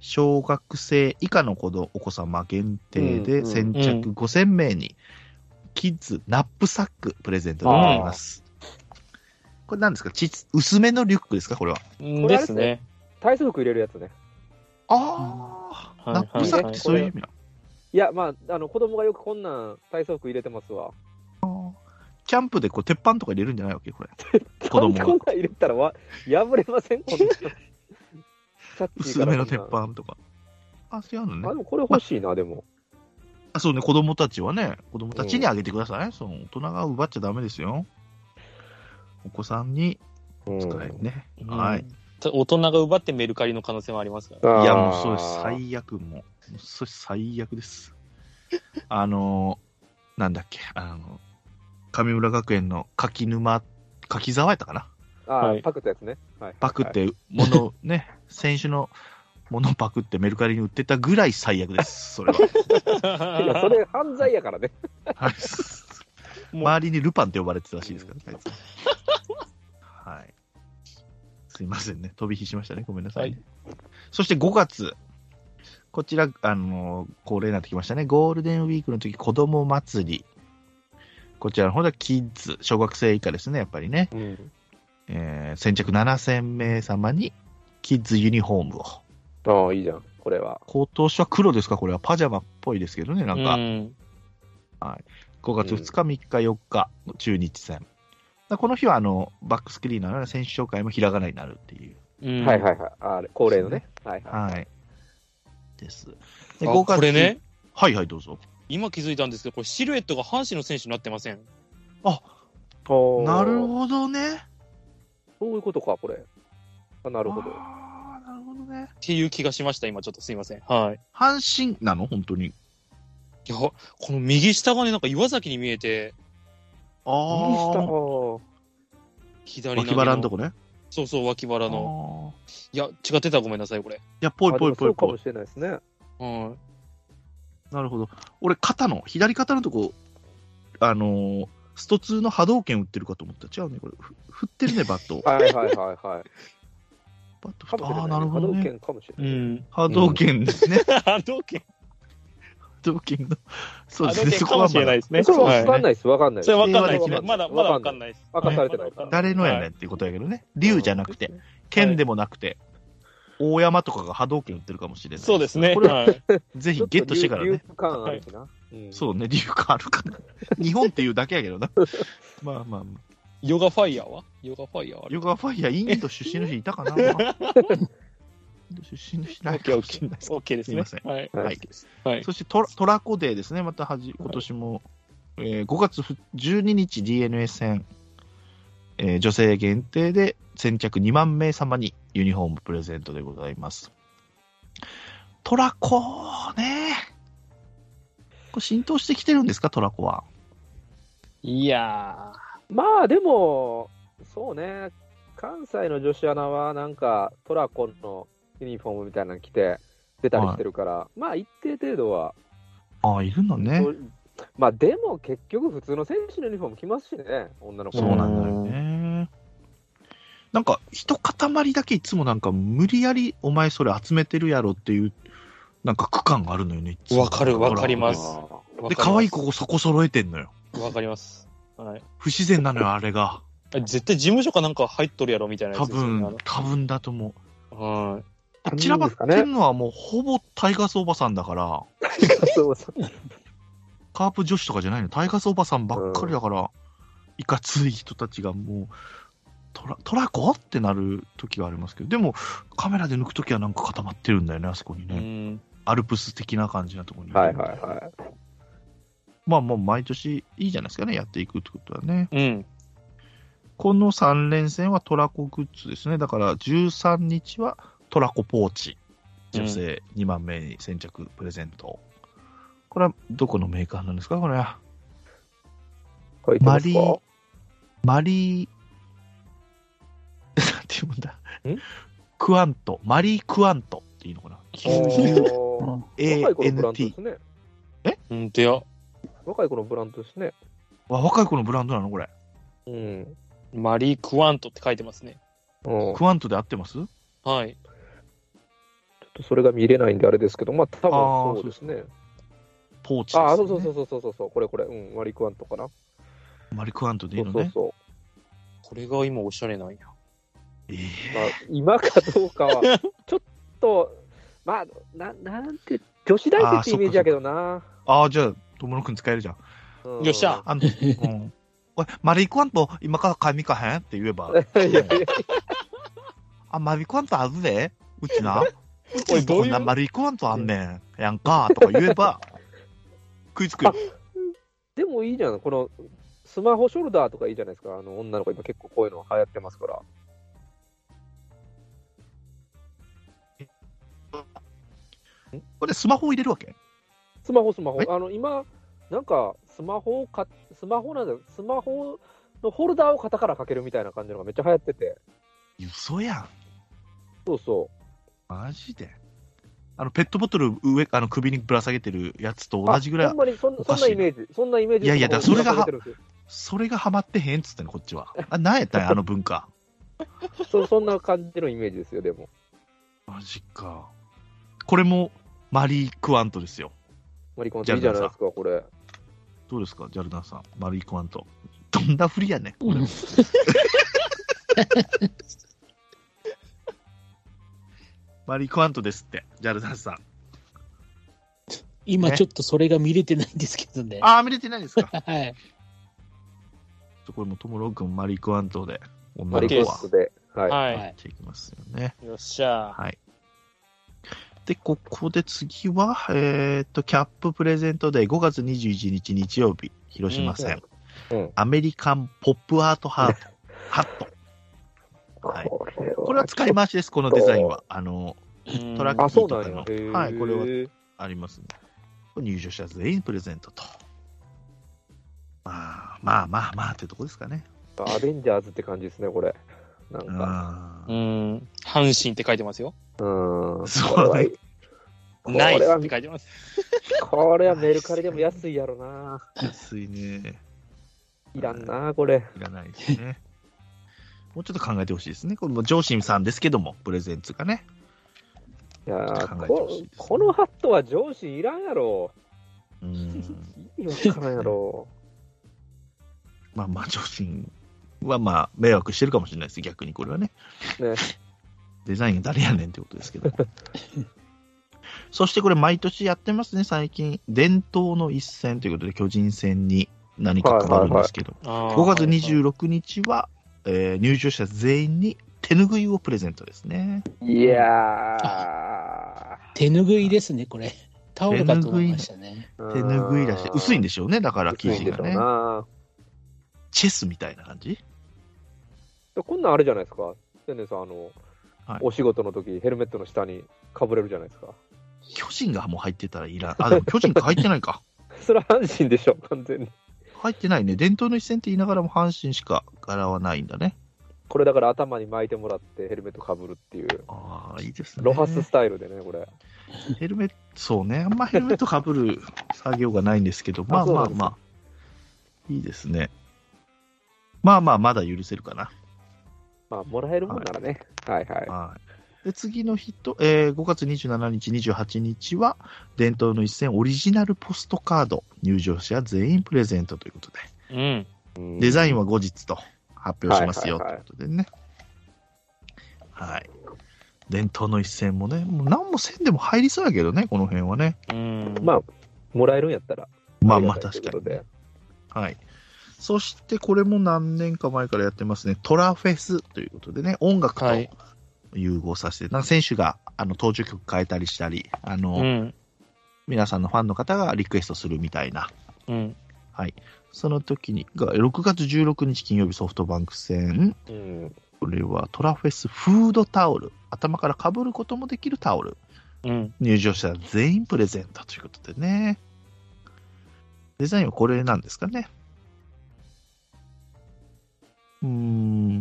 小学生以下の子どお子様限定うでんうん先着5000名に、キッズナップサックプレゼントでございます。これ何ですかちつ薄めのリュックですかこれは。うんこれあでれですすねね。体操服入れるやつね。ああ、うんナップサックってそういう意味なの、いや、まあ、あの、子供がよくこんなん体操服入れてますわ。キャンプでこう鉄板とか入れるんじゃないわけこれ。子供がこんなん入れたらわ破れま せんこんなん。さっき薄からめの鉄こんなん板とか。あ、そういうあ、のでね。もこれ欲しいな、でも。あ、そうね、子供たちはね、子供たちにあげてください。その大人が奪っちゃダメですよ。お子さんにうん使えるね。うんはい。。大人が奪ってメルカリの可能性もありますから。いいや、もうそうです。最悪、もう。そうです最悪です。 あのー、なんだっけ、あの、神村学園の柿沼、柿沢やったかな。あー、はいパクったやつね。はい、パクっ。て、もの、ね、選手のものパクってメルカリに売ってたぐらい最悪です。それは。いや、それ犯罪やからね。はい。もう周りにルパンって呼ばれてたらしいですから、あいつはい。すいませんね。飛び火しましたね。ごめんなさいね、そして5月。こちら、あのー恒例になってきましたね。ゴールデンウィークの時、子供祭り。こちらの方ではキッズ、小学生以下ですね、やっぱりね。うん。えー先着7000名様に、キッズユニフォームを。ああ、いいじゃん、これは。今年は黒ですかこれはパジャマっぽいですけどね、なんか。うん5月2日、3日、4日の中日戦。だこの日はあのバックスクリーンのような選手紹介もひらがなになるっていう。うんはいはいはい。あれ、恒例のね。はいはい。はい。です。であこれね、、はいはい、どうぞ。今気づいたんですけど、これシルエットが阪神の選手になってません。おーなるほどね。そういうことか、これ。あなるほど。あーなるほどね。っていう気がしました、今ちょっとすいません。はい。阪神なの本当に。いや、この右下がね、なんか岩崎に見えて、あ右下ー。は左脇腹のとこね。そうそう、脇腹の。の。いや、違ってたらごめんなさい、これ。いや、ぽいあぽいぽでもそいうかぽもい。しれないですね。うん。なるほど。俺、肩の、左肩のとこ、あのースト2の波動拳打ってるかと思った。違うね、これ。ふ振ってるね、バットを。バはいはいはいはい。ット振かってもしれない、あね。あ、なるほど、波動ね。拳かもしれうない。ん。 波動拳ですね。波動拳。同金の。そう波で動すね、拳そかこもはしれなまいですね。それははい分かんないです、分かんないそれわかんないでですすね。ねまだ、まだわかんないです。明かされてないからだ誰のやねんっていうことやけどね。竜じゃなくて、剣でもなくて、大山とかが波動拳売ってるかもしれない。そうですね。これははいぜひちょっとゲットしてから流ね。流感あるしな。うんそうね、理由がある かな。日本っていうだけやけどな。まあまあまあ。ヨガファイヤーはヨガファイヤーはあれヨガファイヤー、インド出身の人いた かなインド出身の人いないかもしれないです。オッケーですね。すいはい。はいはい。そしてトラトラコデーですね、またはじ今年も、えー5月ふ12日 d n a 戦、えー女性限定で先着2万名様にユニフォームプレゼントでございます。トラコね、これ浸透してきてるんですか、トラコは。いやまあでも、そうね、関西の女子アナはなんかトラコンのユニフォームみたいなの着て出たりしてるから、まあ一定程度は、ああ、いるのねそ。うまあでも結局普通の選手のユニフォーム着ますしね、女の子そうもなんだよね。なんか、一塊だけいつもなんか、無理やりお前それ集めてるやろっていう、なんか区間があるのよね。いつもわかるわかりトラコまデーすー。で、可愛い子子をそこ揃えてんのよ。わかります。はい。不自然なの よ、あれが。絶対事務所かなんか入っとるやろみたいなや多つですよね。分、多分だと思あのはう。三人散らばってんのはもうほぼタイガースおばさんだから、 そうそうカープ女子とかじゃないの。タイガースおばさんばっかりだから、いかつい人たちがもう、トラトラコってなる時がありますけど、でもカメラで抜く時はなんか固まってるんだよね、あそこにい。うね。ん。アルプス的な感じなところに。はいはいはい。まあもう毎年いいじゃないですかね、やっていくってことはね。うん。この3連戦はトラコグッズですね。だから13日はトラコポーチ。女性2万名に先着プレゼント。これはどこのメーカーなんですかこれは。これ言マってリますーか、マリー、 なんていうんだん。クアント。マリークアントっていうのかなおー若い子のブランドで ?ANT す。ね。うんとや。若い子のブランドですね。わ、若い子のブランドなのこれ。うん。マリー・クワントって書いてますね。うんクアントで合ってますはい。とそれが見れないんであれですけど、まあ多あー分そうですね。ポーチです、ね。ああ、そうそうそうそうそうそう、これこれ、うん、割り食わんとかな。マリクアントでいそいうのそうね。そう。これが今おしゃれなんや。ええまあ、今かどうかは、ちょっと、まあ、ななんて、女子大生ってイメージやけどな。ああ、じゃあ、友野くん使えるじゃん。うんよっしゃ。あの、うん。おい、マリクアント、今から買いに行かへんって言えば。 いやいやいやあ、マリクアントあるで。うちな。うおちい、のどこうんいなう、マリクアントあんねん。やんか、とか言えば、食いつくよ。でもいいじゃん、このスマホショルダーとかいいじゃないですか、あの女の子、今結構こういうの流行ってますから。これスマホを入れるわけスマホ、スマホはい。あの今、なんかスマホをか、スマホなんだよスマホのホルダーを肩からかけるみたいな感じのがめっちゃ流行ってて。嘘やん。そうそマジで。あの、ペットボトル上、あの、首にぶら下げてるやつとう。同じぐらあいほん、まにそんおそかんしいななイメージ。そんなイメージ。いやいやだからそれがはぶら下げてるんですよそれがハマってへんっつってんの、こっちは。あ、なんやったんや、あの文化。そそんな感じのイメージですよ、でも。マジか。これも、マリー・クワントですよ。マリコンっていいじゃないですか、これ。どうですか、ジャルダンさん。マリー・クワント。どんなふりやねん。これマリー・クワントですって、ジャルダンさん。今ねちょっとそれが見れてないんですけどね。あー、見れてないです か。ちょはい。っとこれも、トムロン君、マリー・クワントで、マ女リの子コンはス、で。はい。は。はいしていきますよね。い。よっしゃ。はい。で、ここで次は、えーっと、キャッププレゼントで5月21日日曜日、広島戦、うん、アメリカンポップアートハート、 ハット。はいこれこれは使い回しです、このデザインは。あの、トラックあ、そうなんいいや。とへこーはいこれはありますね。入場者全員プレゼントと。まあまあまあまあってとこですかね。アベンジャーズって感じですね、これ。なんか。あうーん。阪神って書いてますよ。うん。そうねこれナイスはって書いてます。これはメルカリでも安いやろな。ー安いね。いらんな、これ。いらないですね。もうちょっと考えてほしいですね。これも上心さんですけども、プレゼンツがね。いやー考えてほこしいですねこのハットは上司いらんやろ。うん。意味わからんやろ。まあまあ、上心はまあ、迷惑してるかもしれないです。逆にこれはね。ねデザインが誰やねんってことですけど。 そしてこれ、毎年やってますね、最近。伝統の一戦ということで、巨人戦に何か変わるんですけど。 5 5月26日は、えー入場者全員に手拭いをプレゼントですね。いや手拭いですね、これ。タオルかと思いましたね。ー。手拭いだし、薄いんでししょうね、だから生薄地いんでがしょうね。な。チェスみたいな感じこんなんあれじゃないですか。天然さん、あの、はいお仕事の時ヘルメットの下にかぶれるじゃないですか。 巨人がもう入ってたらいらん。あ、でも巨人が入ってないか。それは阪神でしょ、完全に。入ってないね。伝統の一戦って言いながらも阪神しか柄はないんだね。これだから頭に巻いてもらってヘルメットかぶるっていう。ああ、いいですね。ロハススタイルでね、これ。ヘルメット、そうね。あんまヘルメットかぶる作業がないんですけ ど、まあそうまなんあですまあ。いいですね。まあまあ、まだ許せるかな。まあ、もらえるもんならね。はいはい。はい。で、次の日と、えー5月27日、28日は、伝統の一戦オリジナルポストカード、入場者全員プレゼントということで、うん。デザインは後日と発表しますよはといはいいはういことでね。はい。伝統の一戦もね、もう何もせんでも入りそうやけどね、この辺はね。うん。まあ、もらえるんやったら。まあまありがた確いとかいうこにとでね。はい。そしてこれも何年か前からやってますね。トラフェスということでね、音楽とはい融合させて、なんか選手があの登場曲変えたりしたり、あの、うん。皆さんのファンの方がリクエストするみたいな。うん。その時に、が6月16日金曜日ソフトバンク戦。うん。これはトラフェスフードタオル。頭から被ることもできるタオル。うん。入場者全員プレゼントということでね。デザインはこれなんですかね。うーん。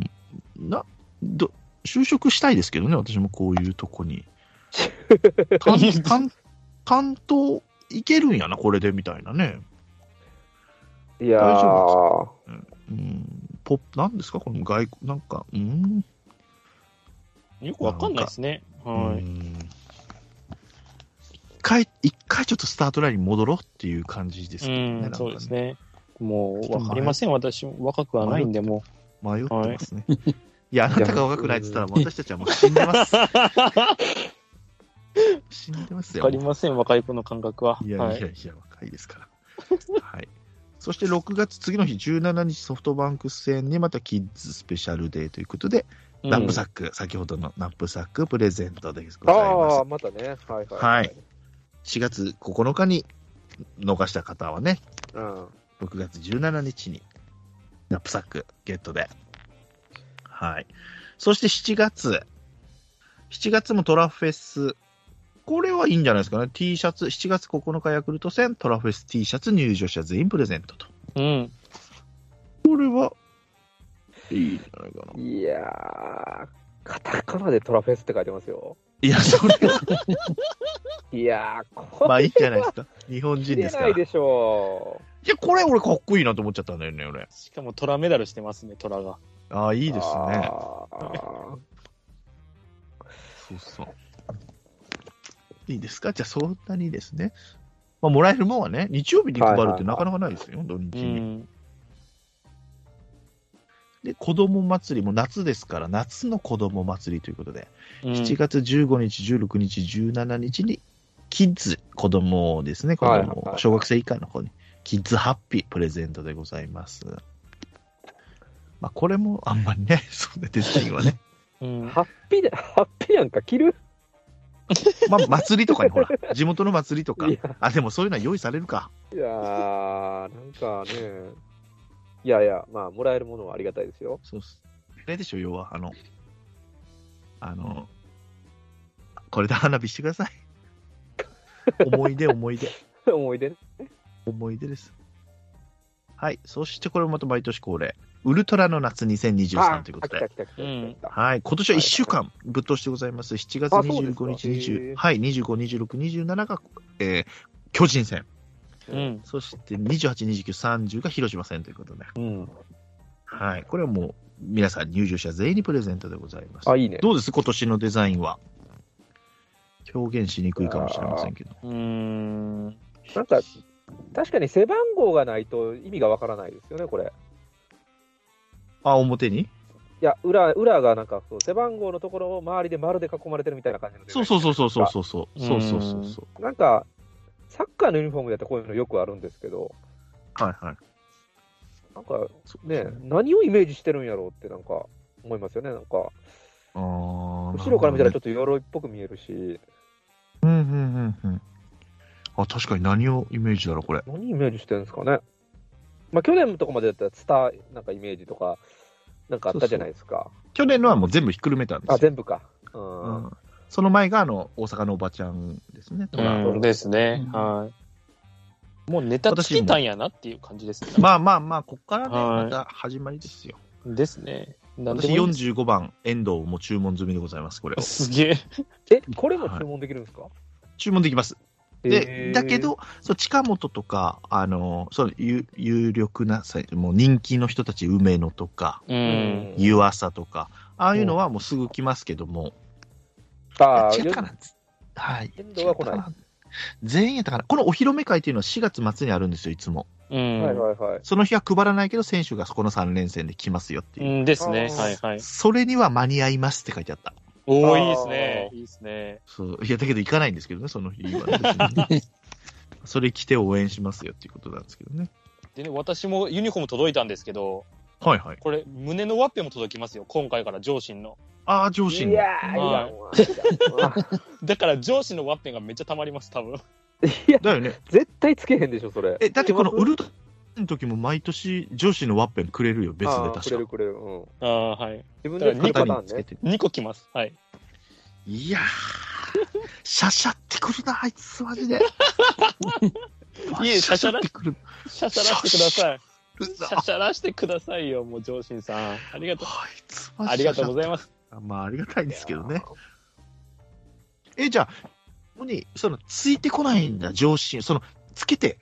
な、ど、就職したいですけどね、私もこういうとこに。担担担当いけるんやな、これでみたいなね。いや大ー、うん。ポップ、なんですかこの外国、なんか、うん。よくわかんないですね。うはん回、一回ちょっとスタートラインに戻ろうっていう感じですけどね。なんかうん、ねそうです。ね。もう、わかりません。私、若くはないんで、も迷ってますね。い、や、あなたが若くないって言ったら、私たちはもう死んでます。 う。わ死んでますよ。かりません、若い子の感覚は。いやいやはいい。や、若いですから。はい。そして6月、次の日17日ソフトバンク戦にまたキッズスペシャルデーということで、うんナップサック、先ほどのナップサックプレゼントでございああ、ままたね。はいはい。はい。す。4月9日に逃した方はね、うん。 6月17日にナップサックゲットで。はい。そして7月。7月もトラフェス。これはいいんじゃないですかね。T シャツ、7月9日ヤクルト戦、トラフェス T シャツ入場者全員プレゼントと。うん。これは、いいんじゃないかな。いやー、カタカナでトラフェスって書いてますよ。いや、それは、いやー、こまあいいんじゃない ですか。日本れ人出ですかなら。いいでしょ。や、これ俺かっこいいなと思っちゃったんだよね、俺。しかも、虎メダルしてますね、虎が。ああ、いういですね。あーそうそう。いいですかじゃあ、そんなにですね。まあ、もらえるもんはね、日曜日に配るってなかなかないですよ、土日うに。ん。で、子供祭りも夏ですから、夏の子供祭りということで、7う月15日、16日、17日に、キッズ、子供をですね、子はいはい供は、い小学生以下の子に、キッズハッピープレゼントでございます。まあ、これもあんまりね、 そうね、デザインはね。ん。うんハッピーで、ハッピーなんか着るまあ、祭りとかにほら、地元の祭りとかいや。あ、でもそういうのは用意されるか。いやー、なんかね。いやいや、まあ、もらえるものはありがたいですよ。 そうっす。あれでしょ、要は、あの、あの、これで花火してくださ い。思い出、思い出。思い出ね。思い出です。はい。そしてこれもまた毎年恒例。ウルトラの夏あ2023というこあと来たで。来た来た来たうん来た。はい。今年は1週間ぶっ通しでございます。7月あそうですか25日、20へーはい、25、26、27が、えー巨人戦。うん。そして28、29、30が広島戦ということで。うん。はい。これはもう、皆さん入場者全員にプレゼントでございます。あ、いいね。どうです今年のデザインは。表現しにくいかもしれませんけど。うん。なんか、確かに背番号がないと意味がわからないですよね、これ。あ、表にいや、裏、裏がなんか、そう背番号のところを周りで丸で囲まれてるみたいな感じの。そうそうそうそうそうそうそう。そうそうそうそう。う。なんか、サッカーのユニフォームだとこういうのよくあるんですけど、はいはい。なんかそうね、何をイメージしてるんやろうってなんか思いますよね、なんか。あー後ろから見たらなちるょっと鎧っぽく見えるし、ほどねうんうんうんうん。あ、確かに何をイメージだろう、これ。何イメージしてるんですかね。まあ、去年のとこまでだったら、ツターなんかイメージとか、なんかあったじゃないですか。去年のはもう全部ひっくるめたんですよ。あ、全部か。うん。うんその前が、あの、大阪のおばちゃんですね、トラうんですね。うんはい。もうネタつけたんやなっていう感じですね。まあまあまあ、こっからね、はいまた始まりですよ。ですね。なんで私もいいです45番、遠藤も注文済みでございます、これを。すげえ。え、これも注文できるんですか、注文できます。へで、ーだけ、ど、そう近本とか、あの、そう有有力な、さもう人気の人たち、梅野とか、う。うん湯浅とか、ああいうのはもうすぐ来ますけども、ああ、違ったかな。はい。遠藤は来な違っいたかな全員やったかな。このお披露目会というのは4月末にあるんですよ、いつも。うん。はいはいはい。その日は配らないけど、選手がこの3連戦で来ますよってういう。んですね。あーはいはい。それには間に合いますって書いてあった。おあおーいいですね。いいですね。そう。いや、だけど行かないんですけどね、その日はね、別 にそれ来て応援しますよっていうことなんですけどね。でね、私もユニフォーム届いたんですけど、はいはい。これ、胸のワッペンも届きますよ。今回から上心の。ああ、上司いの。やー、いらんわ。いらんわだから上心のワッペンがめっちゃ溜まります、多分。いや、だよね。絶対つけへんでしょ、それ。 え、だってこのウルトラの時も毎年上司のワッペンくれるよ、別であー確くれるか。くれる。うん。ああ、はい。自分で作るパターンつけね。て。 2個来ます。はい。いやー、シャシャってくるな、あいつ、マジで。 いえシャシャラってくるシャシャラしてください。シな。ャシャラしてくださいよ、もう上心さん。ありがとう。あいつ、マジありがとうございます。す。まあ、ありがたいんですけどね。え、じゃあ、ここに、その、ついてこないんだ、上司。その、つけて、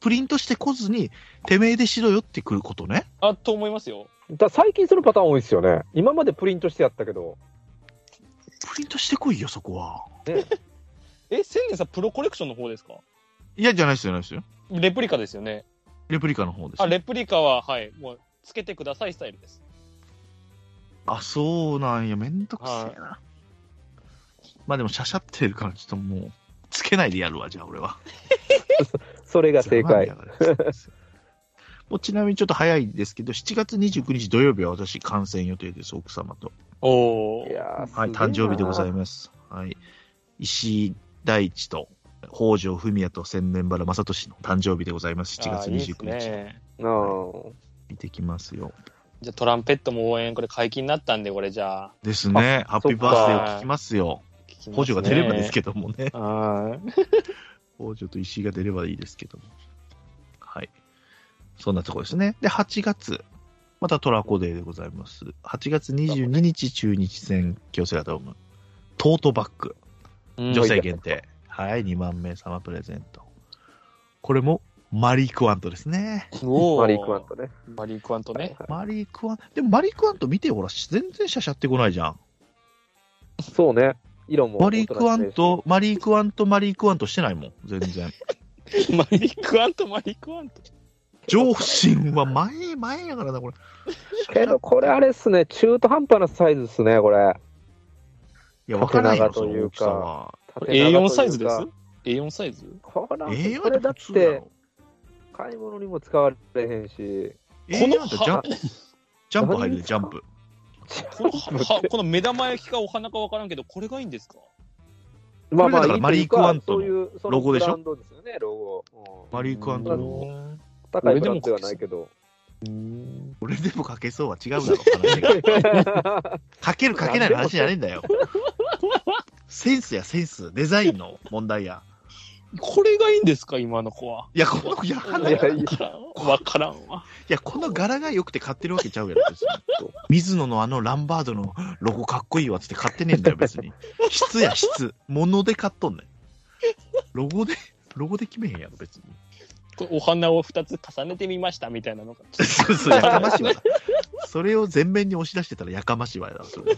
プリントしてこずに、てめえでしろよってくることね。あ、と思いますよ。だ最近そのパターン多いですよね。今までプリントしてやったけど、プリントしてこいよ、そこは。え、千年さん、プロコレクションの方ですかいや、じゃないですじゃないですよ。レプリカですよね。レプリカの方です。あ、レプリカは、はい、もう、つけてくださいスタイルです。あ、そうなんや、めんどくせえな。まあでも、しゃしゃってるから、ちょっともう、つけないでやるわ、じゃあ俺は。それが正解。そうなんですよ もうちなみにちょっと早いですけど、7月29日土曜日は私、観戦予定です、奥様と。おいー。やはい、誕生日でございまます。はい、石井大地と北条文也と千年原正俊の誕生日でございます。7月あーいいです29日。ね。す。う見てきますよ。じゃあトランペットも応援、これ解禁になったんで、これじゃあ。ですね。ハッピーバースデーを聞きますよ。聞きますね北条が出ればですけどもね。あー北条と石井が出ればいいですけども。はい。そんなとこですね。で、8月。またトラコデーでございます。8月22日中日戦京セラドーム。トートバッグ。うん女性限定。はい、2万名様プレゼント。これもマリー・クワントですね。おん。ーマリー・クワントね。マリー・クワントね。マリー・クワント。でもマリー・クワント見てよ、ほら、全然シャシャってこないじゃん。そうね。色も。マリー・クワン。ト、マリー・クワント、マリー・クワントしてないもん、全然。マリー・クワント、マリー・クワント。上心は前へ前へやからな、これ。けど、これあれっすね。中途半端なサイズっすね、これ。いや、わからないよ、縦長そといの大うきさは。 A4 サイズで縦長というすか ?A4 サイズこれなんて A4 これだっ普通だてろ。買い物にも使われへんし。ここののジャンプ、ジャンプ入るね、ジャンプ。この はこの目玉焼きかお花かわからんけど、これがいいんですかまあまあ、これだからマリークワントのいいというかロゴでしょそういうそのブランドですよね、ロゴ。うんマリー・クワントの。高いブランドではないけど。これでも書けそうは違うだろ、話 が。書ける書けないの話じゃねえんだよ。センスやセンス、デザインの問題や。これがいいんですか今の子は。いや、この、いや、いやいやわからんわ。いやこの柄が良くて買ってるわけちゃうやろ、別に。水野のあのランバードのロゴかっこいいわっつって買ってねえんだよ、別に。質や質。物で買っとんねん。ロゴで、ロゴで決めへんやろ、別に。これお花を2つ重ねてみましたみたいなのが。そうそう、やかましいわ。 それを前面に押し出してたらやかましいわよ、それ。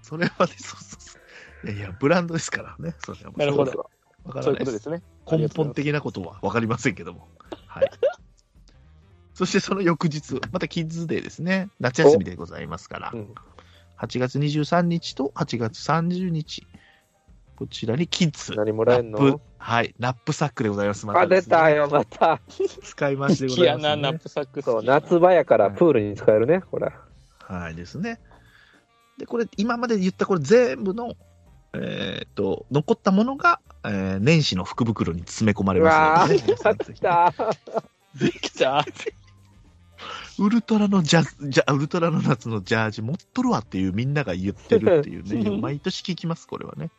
それはね、そうそうそう。いやいや、ブランドですからね、それはもう。なるほどそれ はわからそういうないこでとすで。すね。根本的なことは分かりませんけども。はい。そしてその翌日、またキッズデーですね。夏休みでございますからう。ん8月23日と8月30日。こちらにキッズ。何もらラえんップの、はい。ナップサックでございます。まあ、で出すねたよ、また。使い回しでごキざアいまナ・す、ナッね。プサックス。そう、夏場やからプールに使えるね、これ。はいですね。で、これ、今まで言ったこれ全部の、えーっと、残ったものが、えー年始の福袋に詰め込まれうまわすのでね、皆さんぜー、ひ来た。できた。ウルトラのジャズ、ジャ、ウルトラの夏のジャージ持っとるわっていうみんなが言ってるっていうね、毎年聞きます、これはね。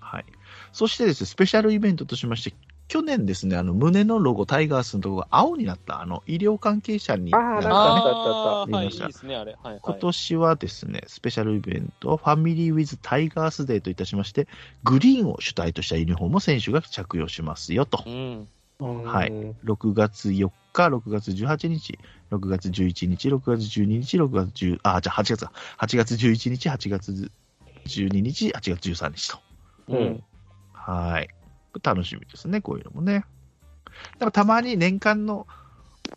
はい。そしてですね、スペシャルイベントとしまして、去年ですね、あの、胸のロゴ、タイガースのところが青になった、あの、医療関係者に、あーなんかね、ああー、は見まい、いいしたですね、あれ。はい、は今い。年はですね、スペシャルイベント、ファミリーウィズタイガースデーといたしまして、グリーンを主体としたユニフォームを選手が着用しますよと。うん。はいうん。 6月4日、6月18日、6月11日、6月12日、6月10、あ、じゃあ8月か。8月11日、8月12日、8月13日と。うんうん。はい。楽しみですね、こういうのもね。でもたまに年間の、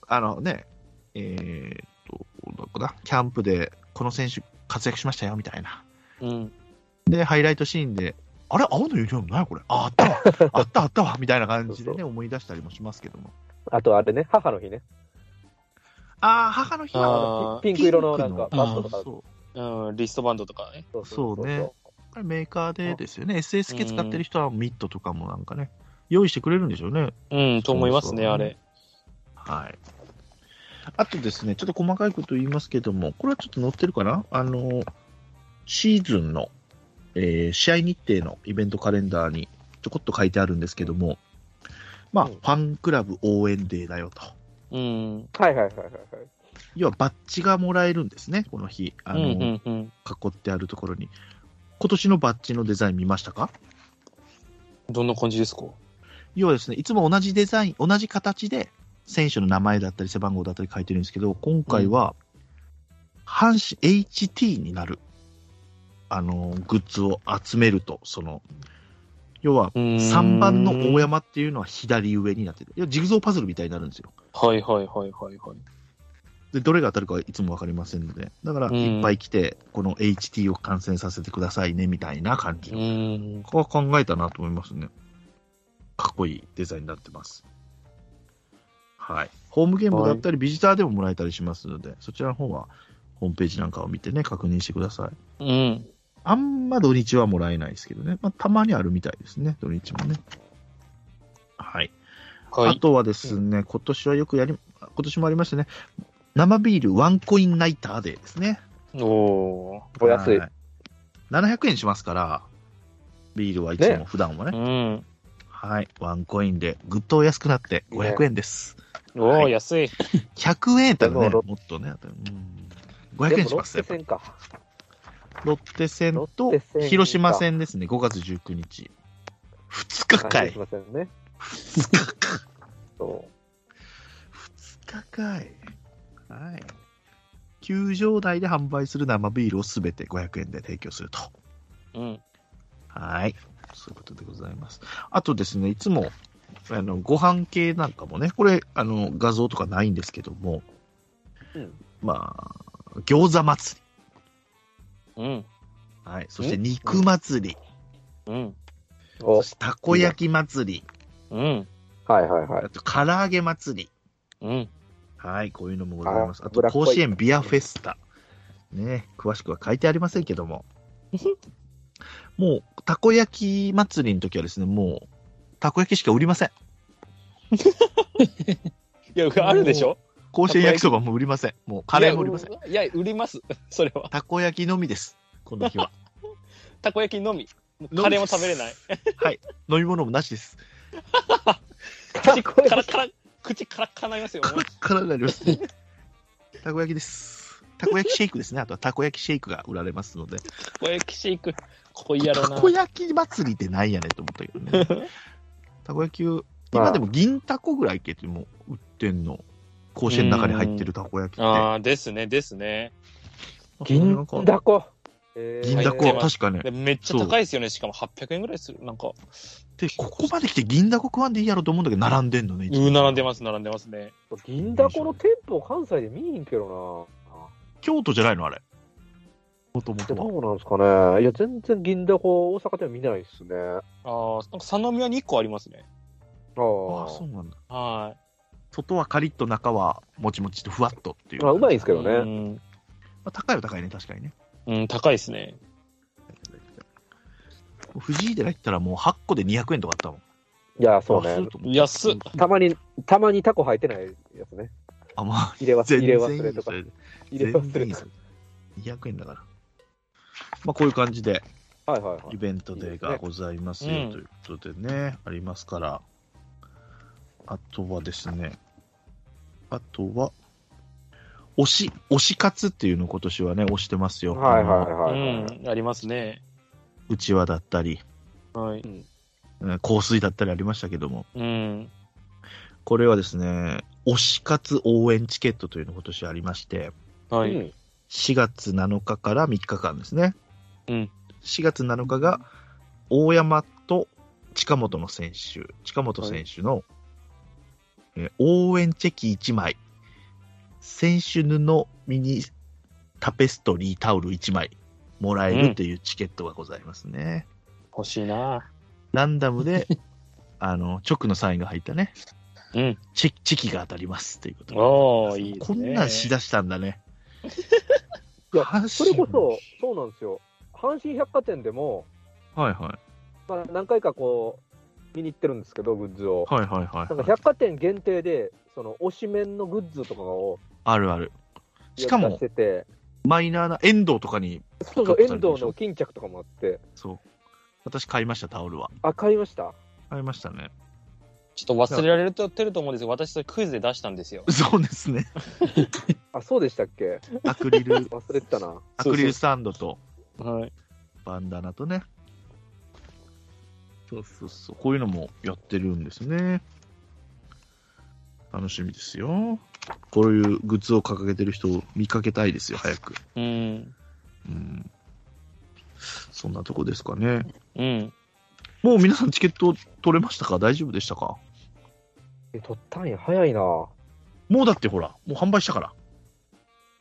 あのね、えーっと、どこだ、キャンプでこの選手活躍しましたよ、みたいな。うん。で、ハイライトシーンで、あれ青のユニフォームないこれ。あ、あった わ。あったあったわ。みたいな感じでそうね、思い出したりもしますけども。あとあれね、母の日ね。ああ、母の日はあーピンク色のなんかピンクバットとか。そううん。リストバンドとかね。そうねこれメーカーでですよね。SSK 使ってる人はミッドとかもなんかね、用意してくれるんでしょうね。うん、と思いますそうね、そうあれ。はい。あとですね、ちょっと細かいこと言いますけども、これはちょっと載ってるかなあの、シーズンの、えー試合日程のイベントカレンダーにちょこっと書いてあるんですけども、まあ、うんファンクラブ応援デーだよと。うん。はいはいはいはいはい。要はバッジがもらえるんですね、この日。あうの、ん、うん、うん。囲ってあるところに。今年のバッジのデザイン見ましたかどんな感じですか要はですね、いつも同じデザイン、同じ形で、選手の名前だったり、背番号だったり書いてるんですけど、今回は、阪神 HT になる。あのーグッズを集めると、その、要は、3 3番の大。山っていうのは左上になってて、要はジグゾーパズルみたいになるんですよ。はいはいはいはいはい。で、どれが当たるかはいつもわかりませんので、だから、うんいっぱい来て、この HT を完成させてくださいね、みたいな感じうの。ん。ここは考えたなと思いますね。かっこいいデザインになってます。はい。ホームゲームだったり、ビジターでももらえたりしますので、そちらの方は、ホームページなんかを見てね、確認してください。うん。あんま土日はもらえないですけどね。まあ、たまにあるみたいですね、土日もね。はい。はあい。とはですね、今年はよくやり、今年もありましたね。生ビールワンコインナイターデーですね。おー。お安いは。700円しますから、ビールはいつもね普段はね。うん。はい。ワンコインでぐっとお安くなって500円です。おはー、い安い。 100円やったらね、でももっとね、うんで500円もしロますッテよ。やっぱ戦か。ロッテ戦ロとッテ戦か広島戦ですね、5月19日。2日かはいいし。ませんね。 2日かそ2日かい。はい。球場内で販売する生ビールをすべて500円で提供すると。うん。はい。そういうことでございます。あとですね、いつも、あの、ご飯系なんかもね、これ、あの、画像とかないんですけども、うんまあ、餃子祭うん。り。はい。そして肉祭り。うん。う。おそしてたこ焼き祭り。うん。はいはいはいあ。と、唐揚げ祭り。うん。はい、こういうのもございます。ああと、脂っこい甲子園ビアフェスタ。ね、詳しくは書いてありませんけども。もう、たこ焼き祭りの時はですね、もう、たこ焼きしか売りません。いや、あるでしょ甲子園焼きそばも売りません。もう、カレーも売りません。ん。いや、売ります。 それは。たこ焼きのみです。この日 は。たこ焼きのみ。カレーも食べ れない。 はい。飲み物もなしです。口からから、口からかなり ますよ。カラッカラになります。たこ焼きです。たこ焼きシェイクですね。あとはたこ焼きシェイクが売られますので。たこ焼きシェイク、濃いやろたなこ。焼き祭りってないやねんと思ったけどね。 たこ焼きを、今でも銀たこぐらいいけても売ってんの。甲子園の中に入ってるたこ焼きって。ああ、ですね、ですね。銀こだこ。えー銀だこ、入ってま確かね。でめっちゃ高いですよね。しかも800円ぐらいする。なんか、で、ここまで来て銀だこ食わんでいいやろと思うんだけど、並んでんのね。うー並んでまます、並んでますね。銀だこの店舗関西で見えへんけどな。京都じゃないのあれ。もともとは。どうなんですかね。いや、全然銀だこ大阪では見ないですね。あああ、なんか三宮に1個ありますね。ああ、そうあ。なんだ。は外はカリッと中はもちもちとふわっとっていう。まあ、うまいですまけい。どね。ね。あ高いは高いね、確かにね。うん、高いですね。藤井寺行ったらもう8個で200円とかあったもん。いや、そうあねる。と思う安っ。たまに、たまにタコ入ってないやつね。あ、まあ、入れ忘全れ入れ然忘れいいよとかそ。れで入れ全忘然れいいよとそか。れで200円だから。まあ、こういう感じで、はいはいはイい。ベントデーがございますよいいですねということでね、ありますから。あとはですね、あとは、推し、推し活っていうのを今年はね、推してますよ。はいはあいのうはいはい。ん、ありますね。うちわだったり、はい。うん香水だったりありましたけども、うん。これはですね、推し活応援チケットというのが今年ありまして、はうい。ん4月7日から3日間ですね。うん4月7日が、大山と近本の選手、近本選手の、えー応援チェキ1枚、選手布ミニタペストリータオル1枚もらえるというチケットがございますね。欲しいな。ランダムで、 あの、直のサインが入ったね、うん。チェキチェキが当たりますということでおー、いいですこね。んなんしだしたんだね。 いや阪神それこそ、そうなんですよ。阪神百貨店でも、はいはまあ、何回かこう、見に行ってるんですけど、グッズをい。。はいはいはいなんかはい。百貨店限定で、その推しメンのグッズとかをあるある。しやかっもし、てて、マイナーな遠藤とかに、そうそう、遠藤の巾着とかもあって、そう。私買いました、タオルは。あ、買いました。買いましたね。 ちょっと忘れられてると思うんですけど、私それクイズで出したんですよ。そうですね。あ、そうでしたっけアクリ ル、忘れてたな。アクリルスタンドとはい。バンダナとね。そうそうそう。こういうのもやってるんですね。楽しみですよ。こういうグッズを掲げてる人を見かけたいですよ、早く。うん。うん。そんなとこですかね。うん。もう皆さんチケット取れましたか大丈夫でしたかえ、取ったんや、早いな。もうだってほら、もう販売したから。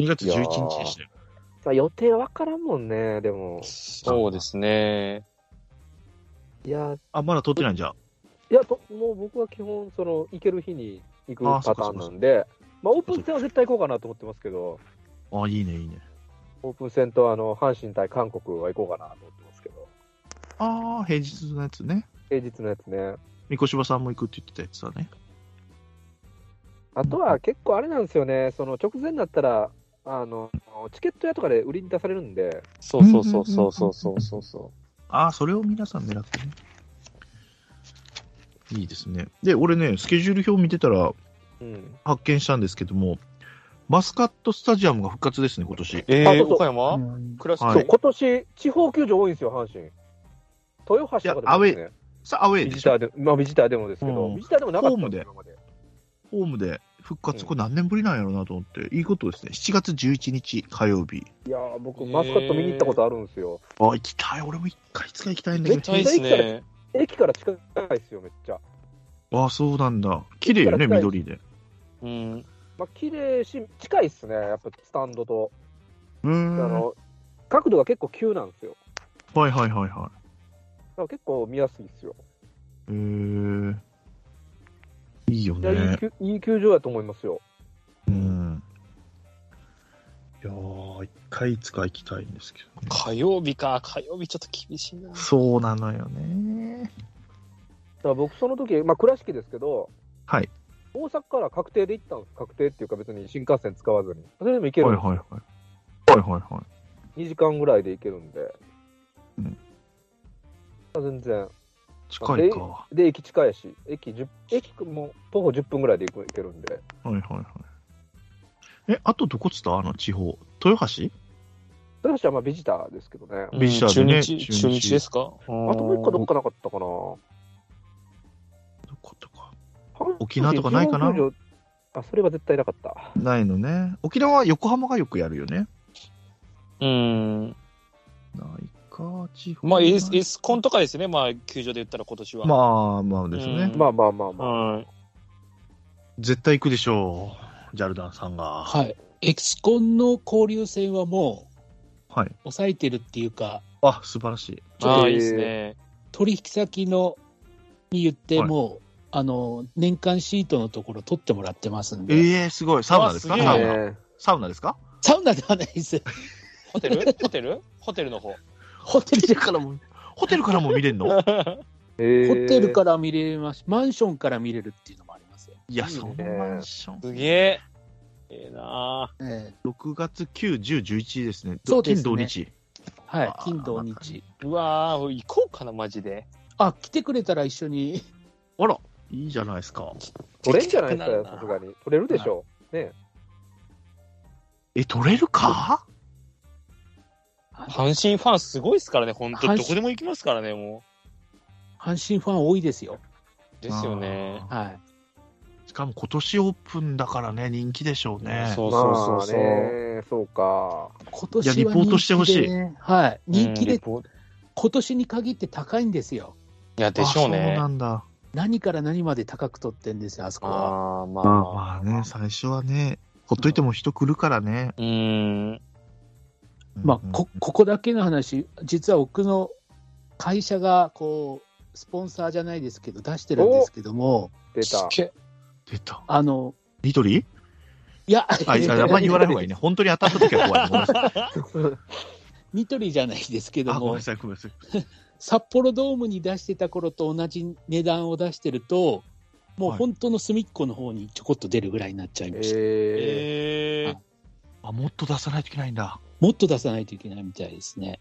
2月11日でしたよ。さ予定わからんもんね、でも。そうですね。いや、あ、まだ取ってないんじゃ。いや、ともう僕は基本、その、行ける日に行くあーそパっかそターっンかなんで、まあ、オープン戦は絶対行こうかなと思ってますけど、あ、いいね、いいね。オープン戦と、あの、阪神対韓国は行こうかなと思ってますけど、ああ、平日のやつね。平日のやつね。三越柴さんも行くって言ってたやつだね。あとは結構あれなんですよね、その、直前になったら、あの、チケット屋とかで売りに出されるんで、そうそうそうそうそうそうそうそああ、それを皆さん狙ってね。いいですね。で、俺ね、スケジュール表見てたらうん。発見したんですけども、マスカットスタジアムが復活ですね、今年う。。えあそー、うそう岡山、うんクラシはッいそクう、今年、地方球場多いんですよ、阪神。豊橋とかでもですね。さあ、アウェイビでジしょターで、まあビジターでもですけど、うんビジターでもなかったんすよホ今まで。ホームで復活、うんこれ何年ぶりなんやろうなと思って、いいことですね。7月11日火曜日。いやー僕、マスカット見に行ったことあるんですよ。あ、行きたい。俺も一回、いつか行きたいんだけめっどち。ゃいいですね。駅から近いですよ、めっちゃ。あ、そうなんだ。綺麗よね、めっちゃ緑で。うん。まあ、綺麗し、近いっすね、やっぱスタンドと。うーあん。はの、角度が結構急なんですよ。いはいはいはだから結構見やすいですよ。い。へー。いいよいや、いいね。球いい球場だと思いますよ。うん。いやー、一回いつか行きたいんですけど、ね。火曜日か。火曜日ちょっと厳しいな。そうなのよね。だから僕、その時、まあ、倉敷ですけど、はい。大阪から確定で行ったんです。確定っていうか、別に新幹線使わずに。それでも行けるはんいですはいはい。はいはいはい。 2時間ぐらいで行けるんで。うんまあ全然。近いか。はで、駅近いし、駅10駅も徒歩10分ぐらいで行く行けるんで。いはいはい。え、あとどこっつったあの地方。豊橋それはまあビジターですけどね。ビジターでねうん中日、中中日日ですかあとあともう一個どっかなかったかな。どことか。沖縄とかないかな阪神地方球場あ、それは絶対なかった。ないのね。沖縄は横浜がよくやるよね。うん。ないか、地方。まあ、エスエスコンとかですね。まあ、球場で言ったら今年は。まあまあですねう。んまあまあまあまあ。はい。絶対行くでしょう。ジャルダンさんが。はい。エスコンの交流戦はもうはい。抑えてるっていうか、あ、素晴らしい。ちょっとああ、いいですね。取引先のに言っても、あの年間シートのところ取ってもらってますんで、ええすごい。サウナですかあサすげえウナ。ねサウナですかサウナではない です、ホテルホテルホテルの方。 ホテルからも、ホテルからも見れるのえ。ホテルからら見れます、マンションから見れるっていうのもありますよ。いや、いいねそのマンション。すげえ。ええなあええ6月9、10、11ですね。そうですね金、土、日。はいあ、ー金土日。うわー行こうかな、マジで。あ、来てくれたら一緒に、 あら、いいじゃないですか。取れんじゃないですかよ、行きたさくすながるに。取れるでしょう。ねえ、取れるかな阪神ファンすごいですからね、本阪当神どこでも行きますからね、も阪神ファン多いですよ。う。ですよね。あはー。しかも今年オープンだからね、人気でしょうね。そうまそうそあうそう。ね、そうか。い。今年は人気いでやリポートしてほしいはい。うん人気リで、ポート今年に限って高いんですよ。いや、でしょうあそうね。なあんだ。何から何まで高く取ってんですよ、あそこは。あー、まあまあ。まあね、最初はね、ほっといても人来るからね。うーん。まうんうあ、んこ、ここだけの話、実は奥の会社が、こう、スポンサーじゃないですけど、出してるんですけども、出た。け出た。あの、ニトリいや、あ、いやあんまり言わない方がいいね。本当に当たった時は怖い。ごめんなさい。 ニトリじゃないですけどあ、ごめんもな、さい、ごめんなさい。札幌ドームに出してた頃と同じ値段を出してると、もうはい本当の隅っこの方にちょこっと出るぐらいになっちゃいました。えええ。あ、もっと出さないといけないんだ。もっと出さないといけないみたいですね。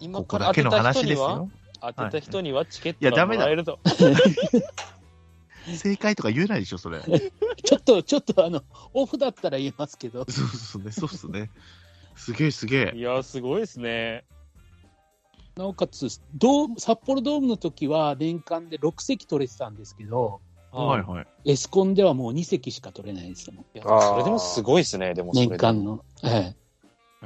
今ここからだ当けてのた話人でにすはよ。当てた人にはチケッいやトダがメもだらえると。正解とか言えないでしょ、それ。ちょっと、ちょっとあの、オフだったら言えますけど、そうそうね、そうっすね。すげえすげえ。いや、すごいですね。なおかつ、ドーム札幌ドームの時は年間で6席取れてたんですけど、 はいはい。エスコンではもう2席しか取れないですもん。いやあーそれでもすごいですね、でもそれで年間の。ええ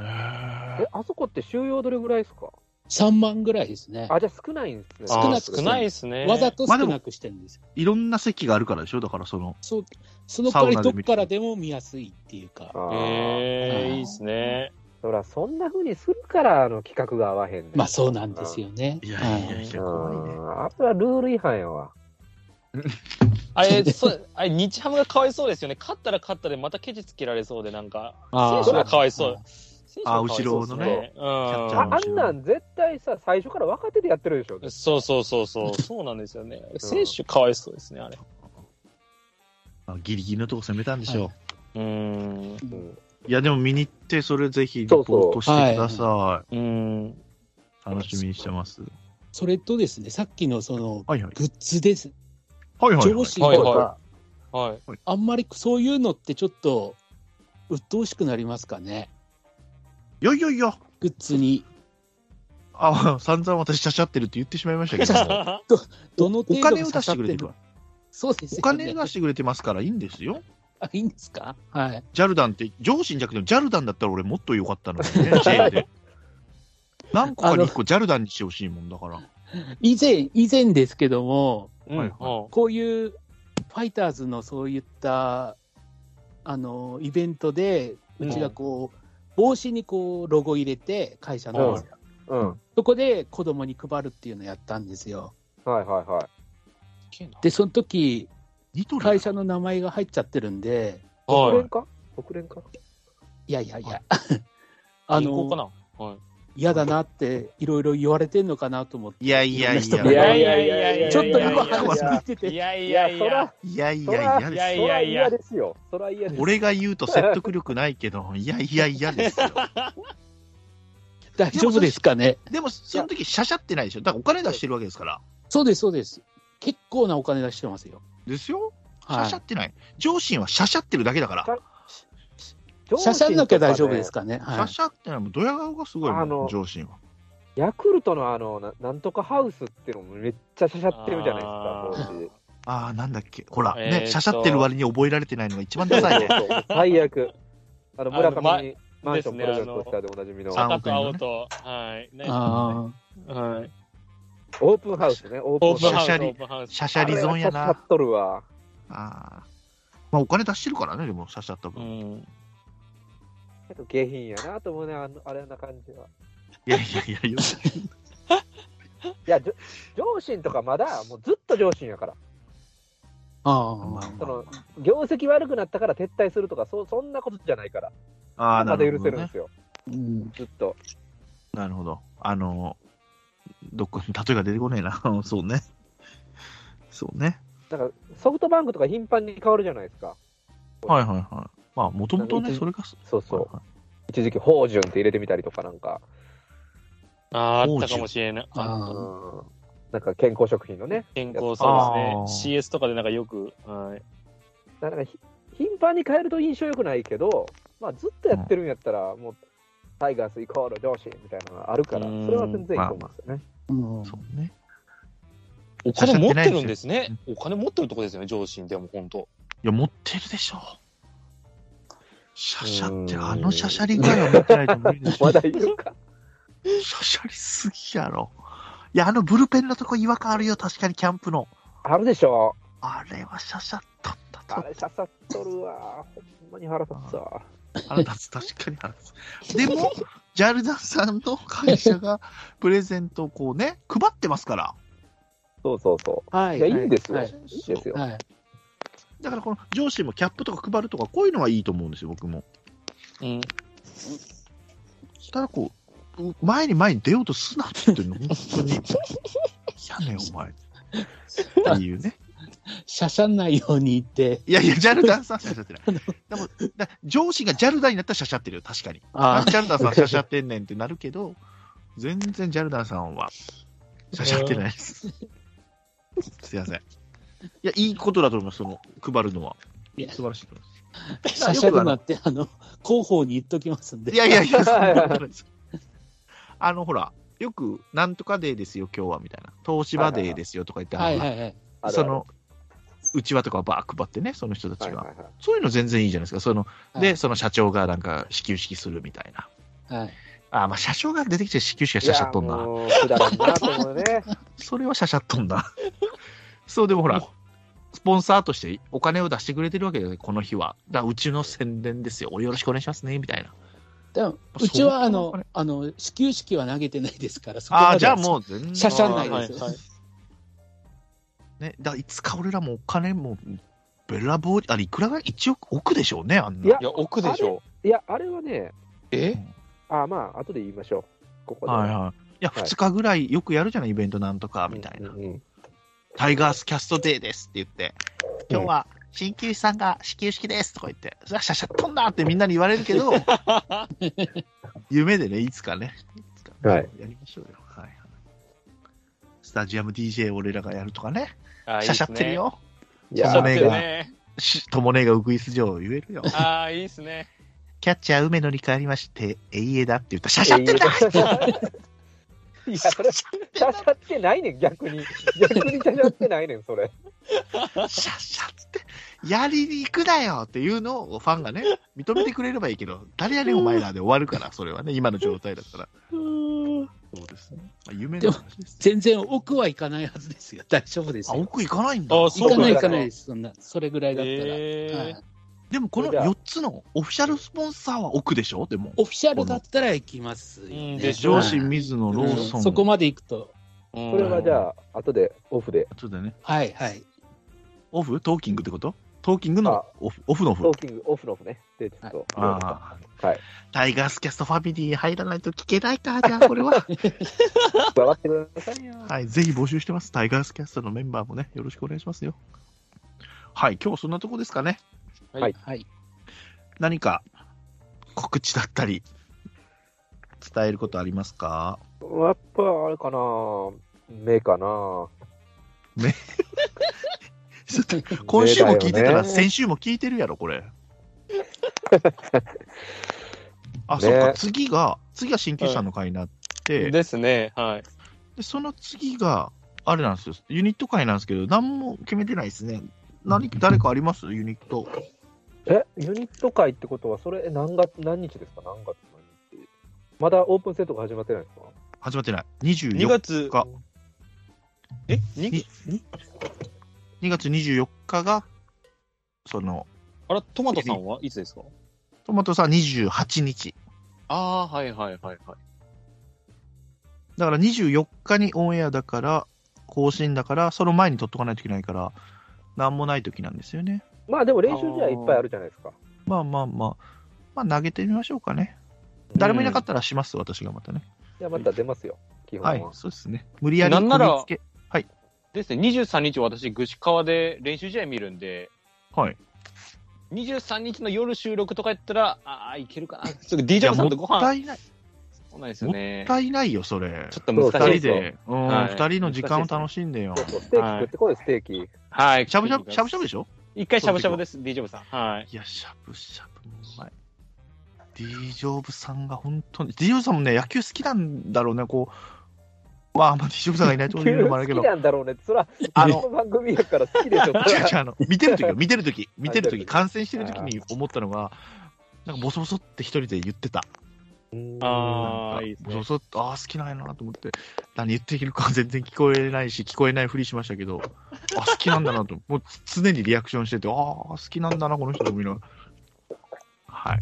え、あそこって収容どれぐらいですか3万ぐらいですね。あ、じゃあ少ないんですね。少あなーく少てないですね。わざとまあ少でもなくしてるんですよ。いろんな席があるからでしょだからその、そうその代わりサウナどでっ見てからでも見やすいっていうか。あーえあーー、いいですね。そら、そんな風にするから、あの、企画が合わへんねんまあそうなんですよね。いやいやはいいや、怖いね。ああ、それはルール違反やわ。あれ、そうあれ日ハムがかわいそうですよね。勝ったら勝ったでまたケチつけられそうで、なんか、あー選手がかわいそう。選手がかわいそうっすあー後ろのね。うキャッチャーあのん。あんなん絶対さ、最初から若手でやってるでしょ。そうそうそう そう、そうなんですよね。選手かわいそうですね、あれ。あギリギリのとこ攻めたんでしょう。うーん。ううんい、や、でも見に行って、それぜひリポートしてくださーん。い。楽しみにしてます。それとですね、さっきのそのはいはい。グッズです。はいはい、は上い。司とか、はいは はい。あんまりそういうのってちょっと鬱陶しくなりますかね。いやいやいや。グッズに。あ、散々私、ちゃちゃってるって言ってしまいましたけどもどのお程度金を刺出しさってくれててるるかそうですよら。おね。金出ししてくれてますからいいんですよ。いいんですかはい。ジャルダンって、上司じゃなくて、ジャルダンだったら俺もっと良かったのにね、J で。何個かに1個ジャルダンにしてほしいもんだから。以前、以前ですけども、うんはいこういうファイターズのそういった、あの、イベントで、うちがこう、帽子にこう、ロゴ入れて、会社うんの、うん。はいそこで子供に配るっていうのやったんですよ。はいはで、その時、ニトリ会社の名前が入っちゃってるんで、い。国は連か国連かいやいやいや、い。 あ銀行かの、なはい。嫌だなって、いろいろ言われてんのかなと思って。いやいやいやろんな人いからやちょっとよいくやいやいや話聞いていて、やいいや、やいそやら、、いやいやいやでいすやそいやらいや嫌ですよ。そら嫌です。俺が言うと説得力ないけど、 いやいやいやですよ。大丈夫ですかね。でも、その時、しゃしゃってないでしょ。だからお金出してるわけですから。そうです、そうです。結構なお金出してますよ。ですよ。しはゃい。ししゃってない。上司はしゃしゃってるだけだから。しゃしゃんなきゃ大丈夫ですかかね。しはゃい。しゃってない。もうドヤ顔がすごいあもん、の上司は。ヤクルトのあのな、なんとかハウスっていうのもめっちゃしゃしゃってるじゃないあですか、ーああ、なんだっけ。ほら、えーね、としゃしゃってる割に覚えられてないのが一番帽ダサい子ね。 そうそうそう最悪。あの、村あのま上にマンションプレゼントしたでおなじみの、あの赤と青と、はい。ねああ。はい。オープンハウスね、オーオプーンプンハウハス。ウス、オープンハウス。しゃしゃり損やあれはしゃな。っとるわ。ああ。まあ、お金出してるからね、でも、しゃしゃったう分。いん。ちょっと下品やなと思うね、あのあれな感じは。やいやいや、よしいや、じょ上心とかまだ、もうずっと上心やから。あまああ。その、業績悪くなったから撤退するとか、そそんなことじゃないから。ああ、なまだる許ほせど、るんでね。すよ、うん。ずっと。なるほど。あの、どっか、例えが出てこねえな。 そうね。そうね。だから、ソフトバンクとか頻繁に変わるじゃないですか。はいはいはい。まあ、もともとなんね、かそれがす、そうそう。はいはい一時期、芳醇って入れてみたりとかなんか、あーあったかもしれない。あうあ。ん、なんか健康食品のね。健康そうですあね。CS とかでなんかよく、はい。だからひ頻繁に変えると印象良くないけど、まあ、ずっとやってるんやったら、もう、タイガースイコール上司みたいなのがあるから、うんそれは全然いいと思いますよね。うん。そうね。お金持ってるんですね。お金持ってるとこですよね、上司でも本当。いや、持ってるでしょ。シャシャって、うーんあのシャシャリぐらいは持ってないと無理でしょ。まシだいるか。ャ シャリすぎやろ。いや、あのブルペンのとこ違和感あるよ、確かにキャンプの。あるでしょ。あれはシャシャったんだあと。れ、刺さっとるわ。ほんまに腹立つわ。腹立つ、確かに腹立つ。でも、ジャルダンさんの会社がプレゼントをこうね、配ってますから。そうそうそはう。い。いや、いいんですよ。はいい、いですよ。はい。だからこの上司もキャップとか配るとか、こういうのはいいと思うんですよ、僕も。うん。ただこう、う前に前に出ようとすなって言ってるの、本当に。い やねん、お前。っていうね。しゃしゃんないように言って。いやいや、ジャルダンさんしゃしゃってない。でも、だ上司がジャルダンになったらしゃしゃってるよ、確かに。ああジャルダンさんしゃしゃってんねんってなるけど、全然ジャルダンさんはしゃしゃってない です。すいません。いや、いいことだと思います、その、配るのは。いや素晴らしいと思いまあ。しゃしゃるなって、あの、広報に言っときますんで。す。いやいやいや、そんはないはいことないです。 あの、ほら、よく、なんとかデーですよ、今日は、みたいな。東芝デーですよ、とか言って、はいはあのいあはい。るあるそ、の、うちわとかをバー配ってね、その人たはちいが。はいはいそういうの全然いいじゃないですか。その、はで、いその社長がなんか始球式するみたいな。はい。あ、まあ、車掌が出てきて始球式がシャシャっとんいやな。もうくだらんなと思うね。それはシャシャっとんな。 そう、でもほら、スポンサーとしてお金を出してくれてるわけだよね、この日は。だからうちの宣伝ですよ。俺よろしくお願いしますね、みたいな。でもそううちはあこのれ、あの、始球式は投げてないですから、そこまであはあ、じゃあもう全然。シャシャんはないいはでいす。はい。ね、だからいつか俺らもお金も、べらぼうに、あれ、いくらぐらい ?1 億億でしょうね、あんな。いやいや、奥でしょ。いや、あれはね、えあまあ、後で言いましょう。ここで。はいはい。いや、はい2日ぐらいよくやるじゃない、イベントなんとか、みたいなう。んうんタイガースキャストデーですって言って、うん今日は鍼灸師さんが始球式ですとか言って、それはシャシャっとんなってみんなに言われるけ ど、夢でね、いつかね、いつかはいやりましょうよ。はいはいスタジアム DJ 俺らがやるとかね、あシャシャってる。よ。いシャやシャそっうや、ねてるね。しともねがウグイス嬢を言えるよ。ああ、いいですね。キャッチャー梅野に帰りまして、えいえだって言ったら、シャシャってんだいや、それ、シャシャってないねん、逆に。逆にシャシャってないねん、それ。シャシャって、やりに行くなよっていうのをファンがね、認めてくれればいいけど、誰やねんお前らで終わるから、それはね、今の状態だったら。そうですね。まあ、夢の話です。全然奥は行かないはずですよ。大丈夫ですあ、よ。奥行かないんだ。あそ行うかない行かかないです。そんな、それぐらいだったら。はいえーでもこの4つのオフィシャルスポンサーは奥でしょでも。オフィシャルだったら行きますようんね。でしょ上司水野ローソン。そこまで行くと、うんそれはじゃあ、後で、オフで。ちょっとね。はいはい。オフトーキングってことトーキングのあオフオフのオトフ。ーキング、オフのオフね。で、ちょっと。ああ。はい。タイガースキャストファミリーに入らないと聞けないか、じゃあこれは。加わってくださいよ。はい、ぜひ募集してます。タイガースキャストのメンバーもね、よろしくお願いしますよ。はい、今日はそんなとこですかね。はい。何か告知だったり、伝えることあります かやっぱ、あれかな目かなちょっと今週も聞いてただよら、ね先週も聞いてるやろ、こ れ。あ、ねそっか、次が、次が新旧さんの会になって、でですね。はい。その次が、あれなんですよ、ユニット会なんですけど、何も決めてないですね。何誰かありますユニット。え、ユニット会ってことは、それ、何月、何日ですか何月何日まだオープン戦とか始まってないですか始まってない。 2 24月か。え、2に2月24日が、その、あら、トマトさんはいつですかトマトさん28日。ああ、はいはいはいはい。だから24日にオンエアだから、更新だから、その前に撮っとかないといけないから、なんもない時なんですよね。まあでも練習試合いっぱいあるじゃないですか。まあまあまあ、まあ投げてみましょうかね。誰もいなかったらします、私がまたね。いや、また出ますよ、基本は。はい、そうですね。無理やりなんなら組み付ですね、23日私、具志川で練習試合見るんで、け、はい。 23日の夜収録とかやったら、ああ、いけるかな。 ちょっといや DJ さもんとごった飯、いない、そうなんですよもねっ。たいないよ、それ。ちょっと難二し人いですよで、うん、はい二人の時間を楽しんでよちょ。っとステーキ食ってこいよ、ステーキ。はい。しゃぶしゃぶ、しゃぶしゃぶでししょ一回しゃぶしゃぶです、DJ さん。はい。いや、しゃぶしゃぶもうまい。ディジョブさんが本当に、ディジョブさんもね、野球好きなんだろうね、こう、まあ、まあ、ディジョブさんがいないと 好言うのもあるけどき、なんだろうね。そら、ああのの番組やから好きでしょ。そら違う違う、 あの、見てるときよ、見てるとき、見 てると見てるき、時観戦してるときに思ったのが、なんかボソボソって一人で言ってた。あーなんかいいですねボソボソって、ああ、好きなんやなと思って、何言ってるか全然聞こえないし、聞こえないふりしましたけど、あ、好きなんだなと、 もう常にリアクションしてて、ああ、好きなんだな、この人と見ながら。はい。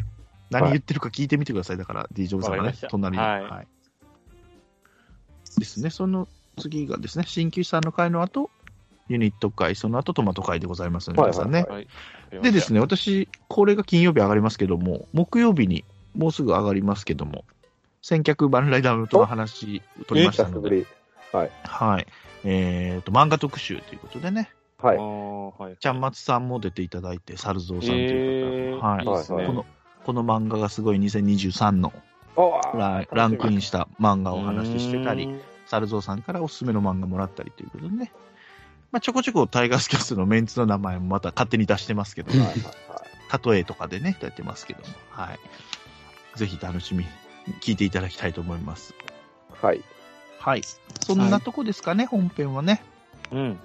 何言ってるか聞いてみてください。だから、D ・ジョブさんがわかねりました、隣に、はいはい。ですね、その次がですね、新旧さんの会の後、ユニット会、その後トマト会でございますので、はい皆さんね。はい。でですね。ね、私、これが金曜日上がりますけども、木曜日にもうすぐ上がりますけども、先客バンライダーとの話を取りました久しのぶで、り。はい。えっ、と、漫画特集ということでね、はあい。ーはい。ちゃんまつさんも出ていただいて、猿蔵さんといえうー方、はいいですねこの。この漫画がすごい2023のあラーランクインした漫画をお話ししてたりう、ん猿蔵さんからおすすめの漫画もらったりということでね、まあ、ちょこちょこタイガースキャストのメンツの名前もまた勝手に出してますけど、はいはいはい例えとかでね、やってますけども、はい。ぜひ楽しみに聞いていただきたいと思います。はい。はい。そんなとこですかね、本編はね。うん。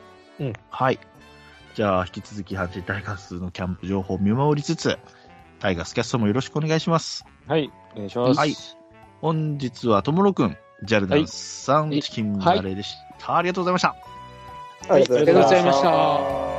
はい。じゃあ、引き続き、阪神タイガースのキャンプ情報を見守りつつ、タイガースキャストもよろしくお願いします。はい。お願いします。はい本日はともろくん、ジャルダンさん、はいチキンバレーでした、ありがとうございました。ありがありがとうございました。